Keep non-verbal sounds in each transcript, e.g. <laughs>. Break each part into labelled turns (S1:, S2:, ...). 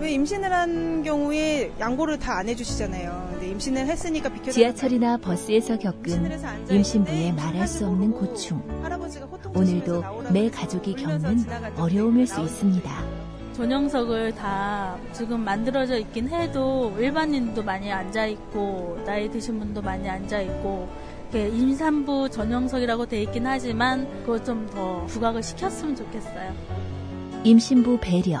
S1: 왜 임신을 한 경우에 양보를 다 안 해주시잖아요. 근데 임신을 했으니까 비켜.
S2: 지하철이나 버스에서 겪은 임신부의 말할 수 없는 고충. 오늘도 매 가족이 겪는 어려움일 수 있습니다.
S3: 전용석을 다 지금 만들어져 있긴 해도 일반인도 많이 앉아 있고 나이 드신 분도 많이 앉아 있고 이렇게 임산부 전용석이라고 돼 있긴 하지만 그걸 좀 더 부각을 시켰으면 좋겠어요.
S2: 임신부 배려,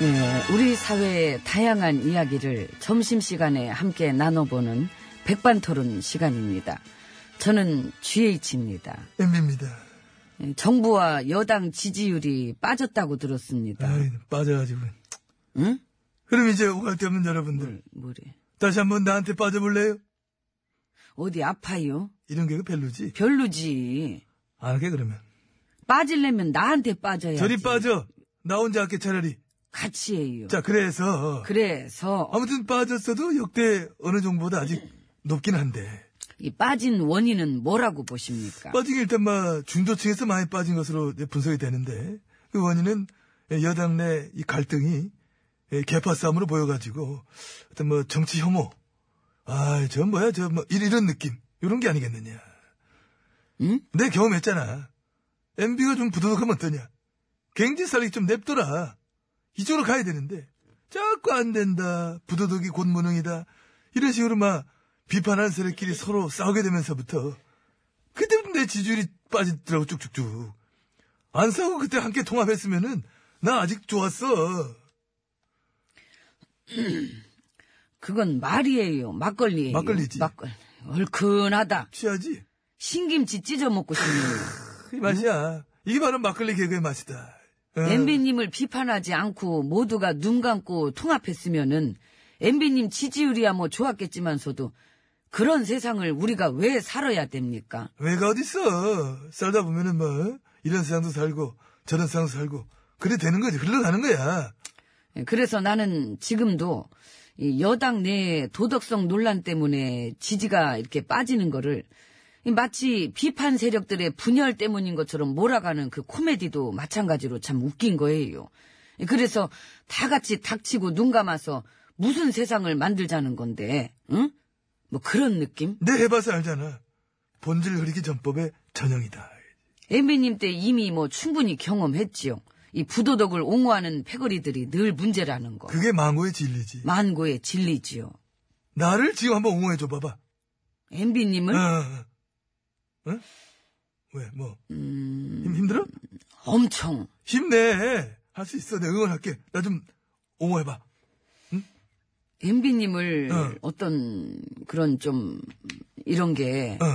S4: 네, 우리 사회의 다양한 이야기를 점심시간에 함께 나눠보는 백반토론 시간입니다. 저는 GH입니다. 예,
S5: 엠비입니다.
S4: 정부와 여당 지지율이 빠졌다고 들었습니다.
S5: 아이, 빠져가지고.
S4: 응?
S5: 그럼 이제 오갈 데 없는 여러분들.
S4: 뭐래?
S5: 다시 한번 나한테 빠져볼래요?
S4: 어디 아파요?
S5: 이런 게그 별로지.
S4: 별로지.
S5: 안 할게, 그러면.
S4: 빠질려면 나한테 빠져야지.
S5: 저리 빠져. 나 혼자 할게, 차라리.
S4: 같이 해요.
S5: 자, 어? 그래서.
S4: 그래서
S5: 아무튼 빠졌어도 역대 어느 정보보다 아직 높긴 한데.
S4: 이 빠진 원인은 뭐라고 보십니까?
S5: 빠진 게 일단 막 중도층에서 많이 빠진 것으로 이제 분석이 되는데 그 원인은 여당 내 이 갈등이 예, 개파 싸움으로 보여가지고 어떤 뭐 정치 혐오 아저 뭐야 저 뭐 이런 느낌 이런 게 아니겠느냐
S4: 응?
S5: 내 경험했잖아 MB가 좀 부도덕하면 어떠냐 경제살이 좀 냅둬라 이쪽으로 가야 되는데 자꾸 안 된다 부도덕이 곧 무능이다 이런 식으로 막 비판하는 세력끼리 서로 싸우게 되면서부터 그때부터 내 지지율이 빠지더라고 쭉쭉쭉. 안 싸우고 그때 함께 통합했으면은 나 아직 좋았어.
S4: 그건 말이에요. 막걸리예요.
S5: 막걸리지.
S4: 막걸리. 얼큰하다.
S5: 취하지?
S4: 신김치 찢어 먹고 싶네요.
S5: 그 맛이야. 이게 바로 막걸리 개그의 맛이다. 어.
S4: 엠비님을 비판하지 않고 모두가 눈 감고 통합했으면은 엠비님 지지율이야 뭐 좋았겠지만서도 그런 세상을 우리가 왜 살아야 됩니까?
S5: 왜가 어딨어. 살다 보면은 뭐 이런 세상도 살고 저런 세상도 살고 그래 되는 거지. 흘러가는 거야.
S4: 예, 그래서 나는 지금도 이 여당 내 도덕성 논란 때문에 지지가 이렇게 빠지는 거를 이 마치 비판 세력들의 분열 때문인 것처럼 몰아가는 그 코미디도 마찬가지로 참 웃긴 거예요. 예, 그래서 다 같이 닥치고 눈 감아서 무슨 세상을 만들자는 건데, 응? 뭐 그런 느낌?
S5: 내 해봐서 알잖아. 본질 흐리기 전법의 전형이다.
S4: 엠비님 때 이미 뭐 충분히 경험했지요. 이 부도덕을 옹호하는 패거리들이 늘 문제라는 거.
S5: 그게 망고의 진리지.
S4: 만고의 진리지요.
S5: 나를 지금 한번 옹호해줘 봐봐.
S4: 엠비님을
S5: 어. 응? 왜, 뭐,
S4: 음,
S5: 힘, 힘들어?
S4: 엄청
S5: 힘내. 할 수 있어. 내가 응원할게. 나 좀 옹호해봐.
S4: 엠비님을
S5: 어.
S4: 어떤 그런 좀 이런 게
S5: 어.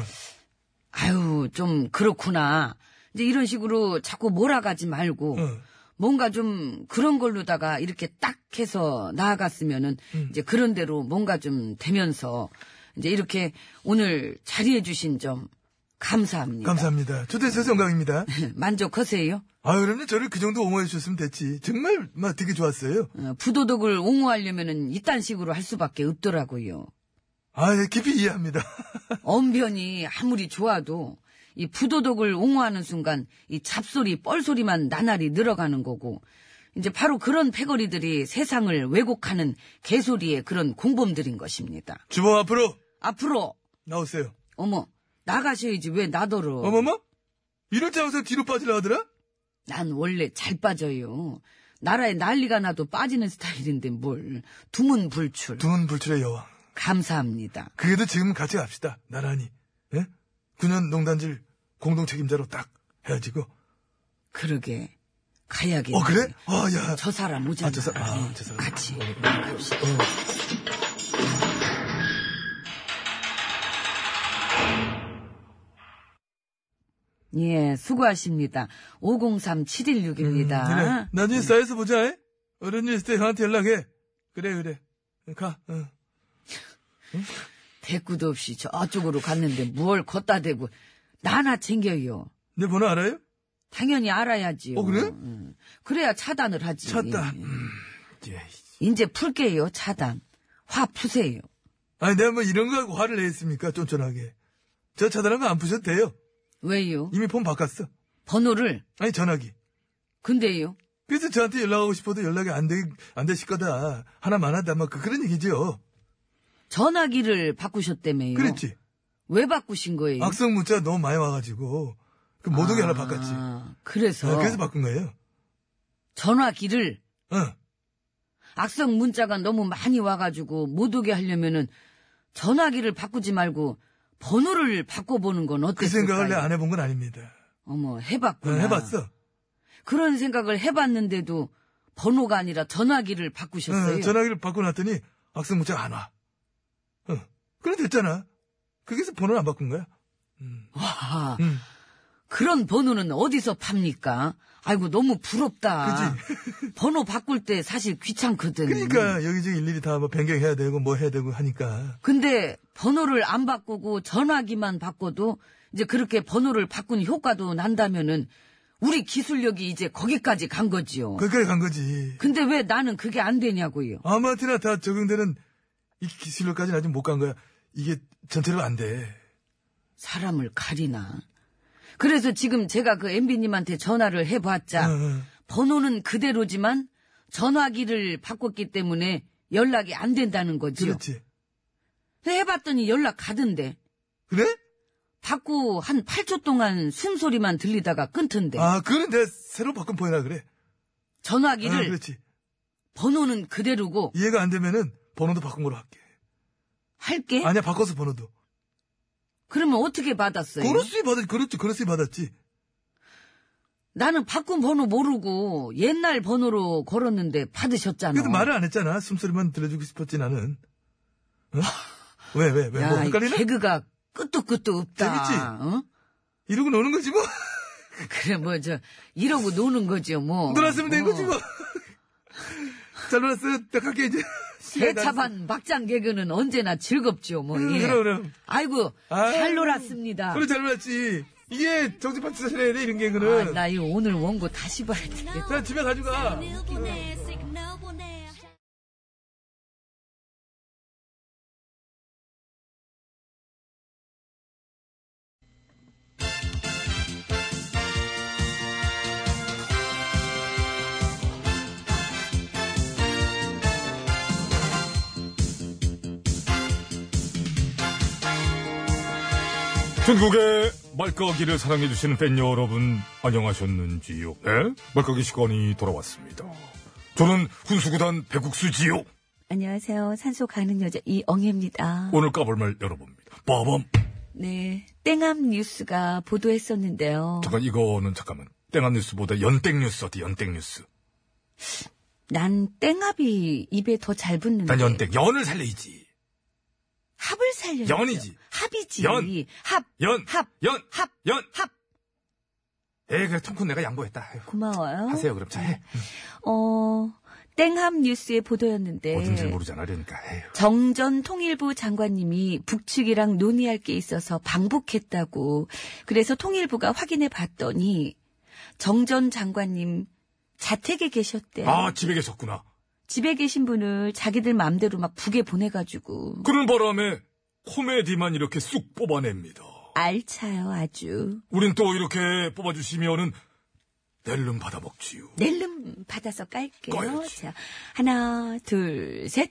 S4: 아유 좀 그렇구나 이제 이런 식으로 자꾸 몰아가지 말고
S5: 어.
S4: 뭔가 좀 그런 걸로다가 이렇게 딱 해서 나아갔으면은
S5: 음.
S4: 이제 그런 대로 뭔가 좀 되면서 이제 이렇게 오늘 자리해주신 점 감사합니다.
S5: 감사합니다. 초대해서 영광입니다.
S4: <laughs> 만족하세요.
S5: 아, 그럼요. 저를 그 정도 옹호해 주셨으면 됐지. 정말, 막 되게 좋았어요.
S4: 어, 부도덕을 옹호하려면은 이딴 식으로 할 수밖에 없더라고요.
S5: 아, 예, 깊이 이해합니다. <laughs>
S4: 언변이 아무리 좋아도 이 부도덕을 옹호하는 순간 이 잡소리 뻘소리만 나날이 늘어가는 거고 이제 바로 그런 패거리들이 세상을 왜곡하는 개소리의 그런 공범들인 것입니다.
S5: 주범 앞으로
S4: 앞으로
S5: 나오세요.
S4: 어머 나가셔야지 왜 나더러
S5: 어. 머머 이럴 줄 알고서 뒤로 빠지려 하더라?
S4: 난 원래 잘 빠져요. 나라에 난리가 나도 빠지는 스타일인데 뭘 두문불출
S5: 두문 불출의 여왕.
S4: 감사합니다.
S5: 그래도 지금 같이 갑시다. 나란히. 예? 9년 농단질 공동 책임자로 딱 헤어지고.
S4: 그러게 가야겠네.
S5: 어, 그래? 아, 야.
S4: 예. 저 사람 오잖아.
S5: 아, 어. 저 사람. 아,
S4: 네,
S5: 저 사람.
S4: 같이. 예, 수고하십니다. 503716입니다.
S6: 음, 그래. 나중에 싸에서 보자. 에? 어른일 때 형한테 연락해. 그래 그래. 가. 어.
S4: 대꾸도 없이 저쪽으로 갔는데 뭘 걷다 대고 나나 챙겨요.
S6: 내 번호 알아요?
S4: 당연히 알아야지요.
S6: 어, 그래?
S4: 음, 그래야 차단을 하지.
S6: 찾다.
S4: 예.
S6: 예.
S4: 이제 풀게요, 차단. 화 푸세요.
S6: 아니 내가 뭐 이런 거 하고 화를 내겠습니까? 쫀쫀하게. 저 차단한 거 안 푸셔도 돼요.
S4: 왜요?
S6: 이미 폰 바꿨어.
S4: 번호를.
S6: 아니 전화기.
S4: 근데요.
S6: 그래서 저한테 연락하고 싶어도 연락이 안, 되, 안 되실 거다. 하나만 하다. 막 그- 그런 얘기죠.
S4: 전화기를 바꾸셨다며요.
S6: 그랬지.
S4: 왜 바꾸신 예. 거예요?
S6: 악성 문자 너무 많이 와가지고. 그 모독이 하나 바꿨지.
S4: 아, 그래서,
S6: 어, 그래서 바꾼 거예요.
S4: 전화기를
S6: 어.
S4: 악성 문자가 너무 많이 와가지고 못 오게 하려면은 전화기를 바꾸지 말고 번호를 바꿔보는 건
S6: 그
S4: 어땠을까요?
S6: 생각을 내가 안 해본 건 아닙니다.
S4: 어머
S6: 어,
S4: 해봤구나.
S6: 해봤어.
S4: 그런 생각을 해봤는데도 번호가 아니라 전화기를 바꾸셨어요.
S6: 어, 전화기를 바꿔놨더니 악성 문자가 안 와. 어. 그래 됐잖아. 그래서 번호를 안 바꾼 거야. 음.
S4: 와
S6: 음.
S4: 그런 번호는 어디서 팝니까? 아이고 너무 부럽다. 번호 바꿀 때 사실 귀찮거든. 음.
S6: 그러니까 여기저기 일일이 다 뭐 변경해야 되고 뭐 해야 되고 하니까.
S4: 근데 번호를 안 바꾸고 전화기만 바꿔도 이제 그렇게 번호를 바꾼 효과도 난다면은 우리 기술력이 이제 거기까지 간 거지요.
S6: 거기까지 간 거지.
S4: 근데 왜 나는 그게 안 되냐고요.
S6: 아무한테나 다 적용되는 이 기술로까지는 아직 못 간 거야. 이게 전체로 안 돼.
S4: 사람을 가리나. 그래서 지금 제가 그 MB님한테 전화를 해봤자
S6: 어, 어.
S4: 번호는 그대로지만 전화기를 바꿨기 때문에 연락이 안 된다는 거지요.
S6: 그렇지.
S4: 해봤더니 연락 가던데.
S6: 그래?
S4: 받고 한 8초 동안 숨소리만 들리다가 끊던데.
S6: 아, 그거는 내가 새로 바꾼 포인라 그래.
S4: 전화기를
S6: 아, 그렇지.
S4: 번호는 그대로고
S6: 이해가 안 되면은 번호도 바꾼 걸로 할게.
S4: 할게?
S6: 아니야, 바꿔서 번호도.
S4: 그러면 어떻게 받았어요?
S6: 그렇지, 받았지. 그렇지, 그렇지, 받았지.
S4: 나는 바꾼 번호 모르고 옛날 번호로 걸었는데 받으셨잖아.
S6: 그래도 말을 안 했잖아. 숨소리만 들려주고 싶었지, 나는. 어? 왜, 왜, 왜?
S4: 야,
S6: 뭐
S4: 이
S6: 헷갈리나?
S4: 개그가 끝도 끝도 없다.
S6: 재밌지?
S4: 어?
S6: 이러고 노는 거지, 뭐.
S4: 그래 뭐 저 이러고 노는 거죠 뭐.
S6: 놀았으면 된
S4: 어.
S6: 거지, 뭐. 잘 놀았어. 딱 갈게, 이제. 시간이 다
S4: 대차반 막장 개그는 언제나 즐겁죠 뭐.
S6: 음,
S4: 예.
S6: 그럼, 그럼.
S4: 아이고
S6: 아유.
S4: 잘 놀았습니다.
S6: 그래 잘 몰랐지. 이게 정신판 치사해야 돼, 이런
S4: 아,
S6: 개그는.
S4: 나 이거 오늘 원고 다시 봐야 되겠다.
S6: 자, 집에 가져가.
S5: 전국의 말까기를 사랑해주시는 팬 여러분, 안녕하셨는지요? 네? 말까기 시간이 돌아왔습니다. 저는 훈수구단 백국수지요.
S7: 안녕하세요. 산소 가는 여자 이엉입니다.
S5: 오늘 까불말 열어봅니다. 빠밤!
S7: 네. 땡암 뉴스가 보도했었는데요.
S5: 잠깐, 이거는 잠깐만. 땡한 뉴스보다 연땡 뉴스 어때, 연땡 뉴스.
S7: 난 땡압이 입에 더 잘 붙는데.
S5: 난 연땡, 연을 살려야지.
S7: 합을 살려.
S5: 연이지.
S7: 합이지.
S5: 연.
S7: 합.
S5: 연!
S7: 합.
S5: 연!
S7: 합. 어?
S5: 연! 합! 에이, 그래, 통큰 내가 양보했다. 아이고.
S7: 고마워요.
S5: 하세요, 그럼. 자, 해.
S7: 어, 땡합 뉴스의 보도였는데.
S5: 뭐든 줄 모르잖아, 그러니까. 에휴.
S7: 정전 통일부 장관님이 북측이랑 논의할 게 있어서 방북했다고 그래서 통일부가 확인해 봤더니 정전 장관님 자택에 계셨대요.
S5: 아, 집에 계셨구나.
S7: 집에 계신 분을 자기들 마음대로 막 북에 보내가지고
S5: 그런 바람에 코미디만 이렇게 쑥 뽑아냅니다.
S7: 알차요 아주
S5: 우린 또 이렇게 뽑아주시면은 낼름 받아먹지요.
S7: 낼름 받아서 깔게요.
S5: 꺼야지.
S7: 자 하나 둘 셋.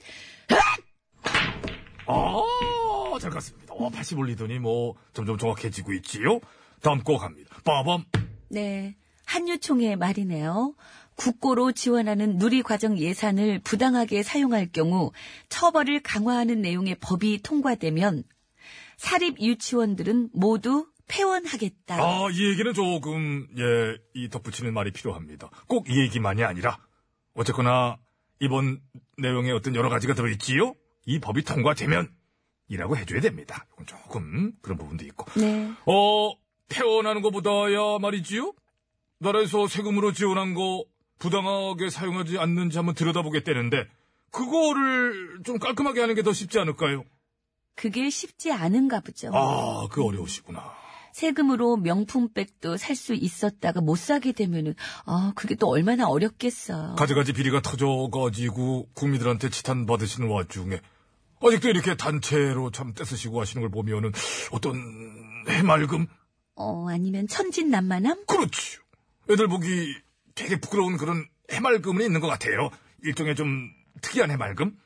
S5: 아, 잘 갔습니다. 어, 80 올리더니 뭐 점점 정확해지고 있지요. 다음 거 갑니다. 빠밤.
S7: 네. 한유총의 말이네요. 국고로 지원하는 누리과정 예산을 부당하게 사용할 경우 처벌을 강화하는 내용의 법이 통과되면 사립 유치원들은 모두 폐원하겠다.
S5: 아, 이 얘기는 조금 예, 이 덧붙이는 말이 필요합니다. 꼭 이 얘기만이 아니라 어쨌거나 이번 내용에 어떤 여러 가지가 들어있지요. 이 법이 통과되면 이라고 해줘야 됩니다. 이건 조금 그런 부분도 있고.
S7: 네.
S5: 어, 태어나는 것보다야 말이지요? 나라에서 세금으로 지원한 거 부당하게 사용하지 않는지 한번 들여다보겠다는데 그거를 좀 깔끔하게 하는 게 더 쉽지 않을까요?
S4: 그게 쉽지 않은가 보죠.
S5: 아, 그 어려우시구나.
S4: 세금으로 명품백도 살 수 있었다가 못 사게 되면은 아 그게 또 얼마나 어렵겠어.
S5: 가지가지 비리가 터져가지고 국민들한테 지탄 받으시는 와중에 아직도 이렇게 단체로 참 떼쓰시고 하시는 걸 보면은 어떤 해맑음?
S4: 어 아니면 천진난만함?
S5: 그렇지. 애들 보기 되게 부끄러운 그런 해맑음은 있는 것 같아요. 일종의 좀 특이한 해맑음?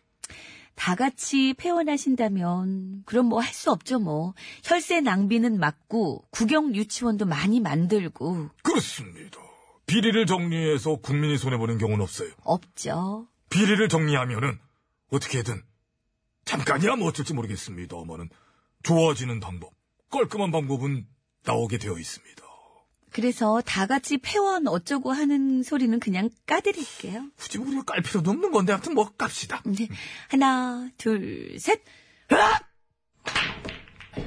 S4: 다 같이 폐원하신다면 그럼 뭐 할 수 없죠 뭐. 혈세 낭비는 막고 국영 유치원도 많이 만들고
S5: 그렇습니다. 비리를 정리해서 국민이 손해보는 경우는 없어요.
S4: 없죠.
S5: 비리를 정리하면은 어떻게든 잠깐이야 뭐 어쩔지 모르겠습니다만은 좋아지는 방법, 깔끔한 방법은 나오게 되어 있습니다.
S4: 그래서 다 같이 폐원 어쩌고 하는 소리는 그냥 까드릴게요.
S5: 굳이 우리가 깔 필요도 없는 건데 아무튼 뭐 깝시다.
S4: 네. 하나, 둘, 셋.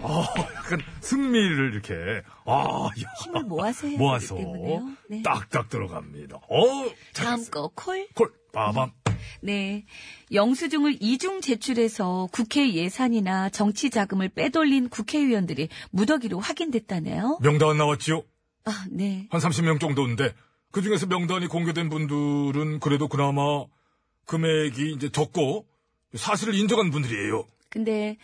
S5: 어, <laughs> 약간 승리를 이렇게 아, 야,
S4: 힘을 모아서 해야
S5: 모아서
S4: 되기 때문에요. 네.
S5: 딱딱 들어갑니다. 어,
S4: 다음
S5: 잘했어요.
S4: 거 콜.
S5: 콜, 빠밤.
S4: 네. 영수증을 이중 제출해서 국회 예산이나 정치 자금을 빼돌린 국회의원들이 무더기로 확인됐다네요.
S5: 명단 나왔지요?
S4: 아, 네.
S5: 한 30명 정도인데 그 중에서 명단이 공개된 분들은 그래도 그나마 금액이 이제 적고 사실을 인정한 분들이에요.
S4: 네. 근데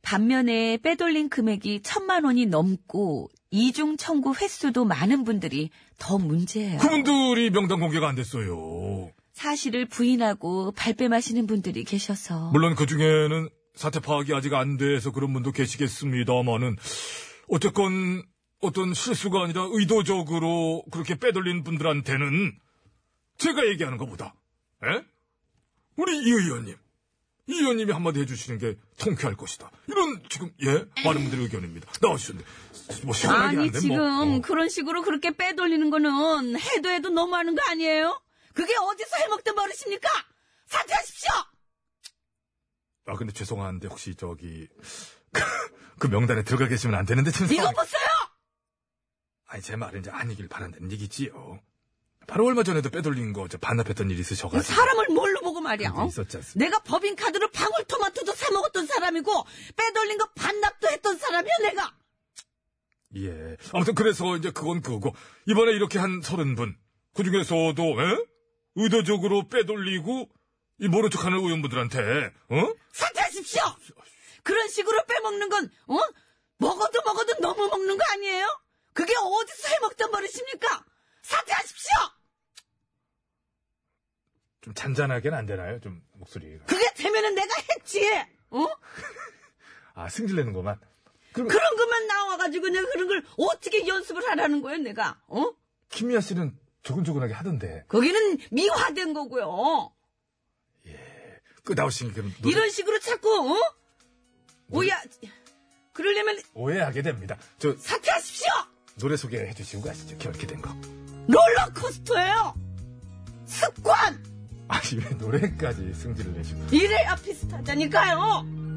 S4: 반면에 빼돌린 금액이 천만 원이 넘고 이중 청구 횟수도 많은 분들이 더 문제예요.
S5: 그분들이 명단 공개가 안 됐어요.
S4: 사실을 부인하고 발뺌하시는 분들이 계셔서
S5: 물론 그 중에는 사태 파악이 아직 안 돼서 그런 분도 계시겠습니다만은 어쨌건 어떤 실수가 아니라 의도적으로 그렇게 빼돌린 분들한테는 제가 얘기하는 것보다 에? 우리 이 의원님 이 의원님이 한마디 해주시는 게 통쾌할 것이다. 이런 지금 예 많은 분들의 의견입니다. 나와주셨는데 뭐 시원하게
S4: 아니
S5: 하는데
S4: 지금
S5: 뭐, 어.
S4: 그런 식으로 그렇게 빼돌리는 거는 해도 해도 너무하는 거 아니에요? 그게 어디서 해먹던 버릇입니까? 사퇴하십시오.
S5: 어. 아 근데 죄송한데 혹시 저기 <laughs> 그, 그 명단에 들어가 계시면 안 되는데 지금
S4: 이거
S5: 상황이-
S4: 보세요.
S5: 아니 제 말은 이제 아니길 바란다는 얘기지요. 바로 얼마 전에도 빼돌린 거 저 반납했던 일이 있으셔가지고
S4: 사람을 뭘로 보고 말이야?
S5: 그런 게
S4: 어?
S5: 있었지 않습니까?
S4: 내가 법인카드로 방울토마토도 사 먹었던 사람이고 빼돌린 거 반납도 했던 사람이야 내가. 네.
S5: 예. 아무튼 그래서 이제 그건 그거고 이번에 이렇게 한 서른 분 그중에서도 에? 의도적으로 빼돌리고 이 모른 척하는 의원분들한테 어?
S4: 사퇴하십시오. 그런 식으로 빼먹는 건 어? 먹어도 먹어도 너무 먹는 거 아니에요? 그게 어디서 해먹던 버릇입니까? 사퇴하십시오.
S5: 좀 잔잔하게는 안 되나요? 좀 목소리가
S4: 그게 되면은 내가 했지. 어?
S5: 아 승질내는 것만 그럼
S4: 그런 것만 나와가지고 내가 그런 걸 어떻게 연습을 하라는 거예요, 내가? 어?
S5: 김미아 씨는 조근조근하게 하던데
S4: 거기는 미화된 거고요.
S5: 그 나오신 그 노래-
S4: 이런 식으로 자꾸, 어? 오야, 그러려면
S5: 오해하게 됩니다. 저
S4: 사퇴하십시오!
S5: 노래 소개해 주시고 가시죠. 이렇게 된 거.
S4: 롤러코스터예요! 습관!
S5: 아니 왜 아, 노래까지 승질을 내시고
S4: 이래야 비슷하다니까요!